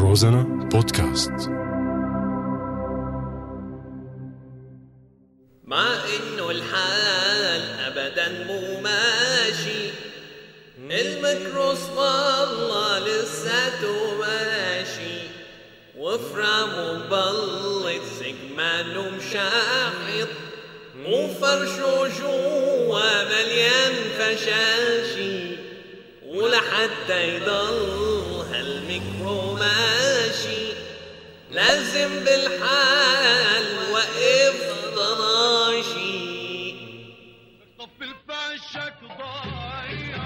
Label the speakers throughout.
Speaker 1: روزانا بودكاست
Speaker 2: مع انه الحال ابدا مو ماشي الميكروس والله لساته ماشي وفرامه مبلط سجمانه مشاحط وفرشه جوا مليان فشاشي ولحتى يضل هالميكرو ماشي لازم بالحال وقف ضناشي
Speaker 3: طب الفاشك ضايع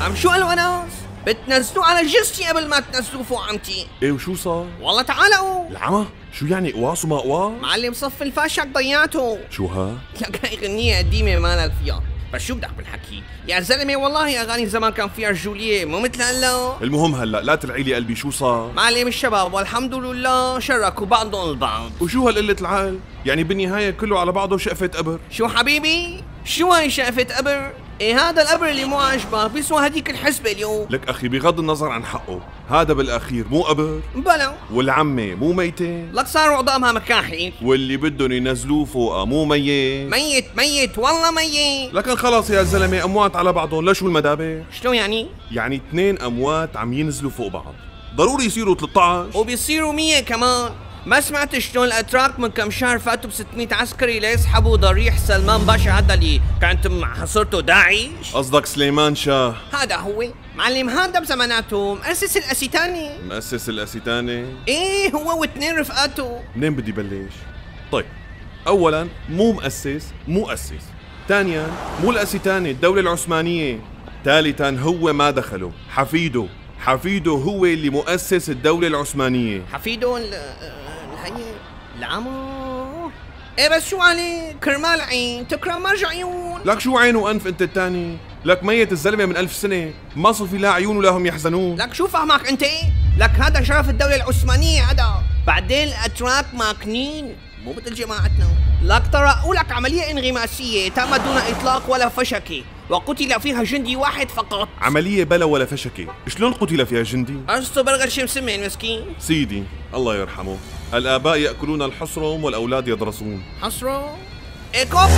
Speaker 4: عم شو الوناس؟ بتنزلوه على جثتي قبل ما تنزلوه فوق عمتي
Speaker 5: ايه وشو صار؟
Speaker 4: والله تعالوا
Speaker 5: العمى؟ شو يعني قواص وما قواص؟
Speaker 4: معلم صف الفاشك ضيعته
Speaker 5: شو ها؟
Speaker 4: لك هاي غنية قديمة ما لك فيها بس شو بدك بالحكي يا زلمة والله أغاني زمان كان فيها الجولية مو مثل هلا
Speaker 5: المهم هلا لا تلعي لي قلبي شو صار؟
Speaker 4: معلم الشباب والحمد لله شركوا بعضهم البعض
Speaker 5: وشو هالقلة العال؟ يعني بالنهاية كله على بعضه شقفة قبر
Speaker 4: شو حبيبي؟ شو هاي شقفة قبر؟ ايه هذا القبر اللي مو عاجبك بيسوى هديك الحسبة اليوم
Speaker 5: لك أخي بغض النظر عن حقه هذا بالأخير مو قبر
Speaker 4: بلا
Speaker 5: والعمة مو ميتة
Speaker 4: لك صاروا عظامها مكاحي
Speaker 5: واللي بدهم ينزلوه فوقها مو ميت
Speaker 4: ميت ميت والله ميت
Speaker 5: لكن خلاص يا زلمة أموات على بعضهم لشو المذابح؟
Speaker 4: شلون يعني؟
Speaker 5: يعني اثنين أموات عم ينزلوا فوق بعض ضروري يصيروا 13
Speaker 4: وبيصيروا مية كمان ما سمعت شلون الاتراك من كم شهر فاتوا ب 600 عسكري ليسحبوا ضريح سلمان باشا هذا اللي كانت محصرته داعش
Speaker 5: قصدك سليمان شاه
Speaker 4: هذا هو معلم هذا بزماناته مؤسس الاسيتاني
Speaker 5: مؤسس الأسيتاني
Speaker 4: ايه هو واثنين رفقاته
Speaker 5: منين بدي بلش؟ طيب اولا مو مؤسس مو مؤسس ثانيا مو الاسيتاني الدولة العثمانية ثالثا هو ما دخله حفيده حفيده هو اللي مؤسس الدولة العثمانية
Speaker 4: حفيده ال- آه، الهي العمو ايه بس شو عليه كرمال عين تكرم مرج عيون
Speaker 5: لك شو عين وانف انت الثاني لك ميت الزلمة من ألف سنة ما صفي لا عيون ولا هم يحزنون
Speaker 4: لك شو فهمك انت لك هذا شرف الدولة العثمانية هذا بعدين الاتراك ماكنين مو مثل جماعتنا لك ترى لك عملية انغماسية تم دون اطلاق ولا فشكة وقتل فيها جندي واحد فقط
Speaker 5: عملية بلا ولا فشكة شلون قتل فيها جندي؟
Speaker 4: ارسطو برغل شمسمين مسكين
Speaker 5: سيدي الله يرحمه الآباء يأكلون الحصرم والأولاد يدرسون
Speaker 4: حصره ايه كف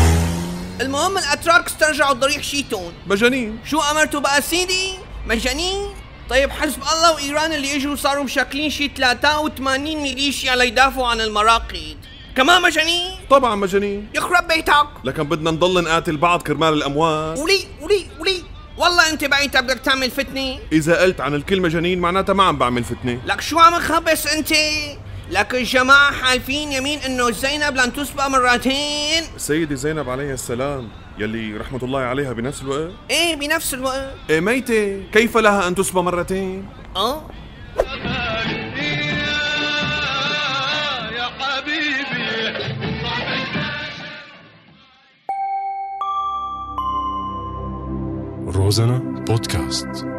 Speaker 4: المهم الاتراك استرجعوا ضريح شيتون
Speaker 5: مجانين
Speaker 4: شو امرته بقى سيدي مجانين طيب حسب الله وايران اللي اجوا صاروا مشكلين شي 83 ميليشيا ليدافعوا عن المراقد كمان مجانين
Speaker 5: طبعا مجانين
Speaker 4: يخرب بيتك
Speaker 5: لكن بدنا نضل نقاتل بعض كرمال الاموات
Speaker 4: ولي ولي ولي والله انت بعيد بدك تعمل فتنه
Speaker 5: اذا قلت عن الكلمه جنين معناتها ما عم بعمل فتنه
Speaker 4: لك شو عم تخبص انت لك الجماعة حالفين يمين انه زينب لن تسبق مرتين
Speaker 5: سيدي زينب عليها السلام يلي رحمه الله عليها بنفس الوقت
Speaker 4: ايه بنفس الوقت
Speaker 5: إيه ميته كيف لها ان تسبى مرتين
Speaker 4: اه
Speaker 3: يا- يا حبيبي
Speaker 1: روزانا بودكاست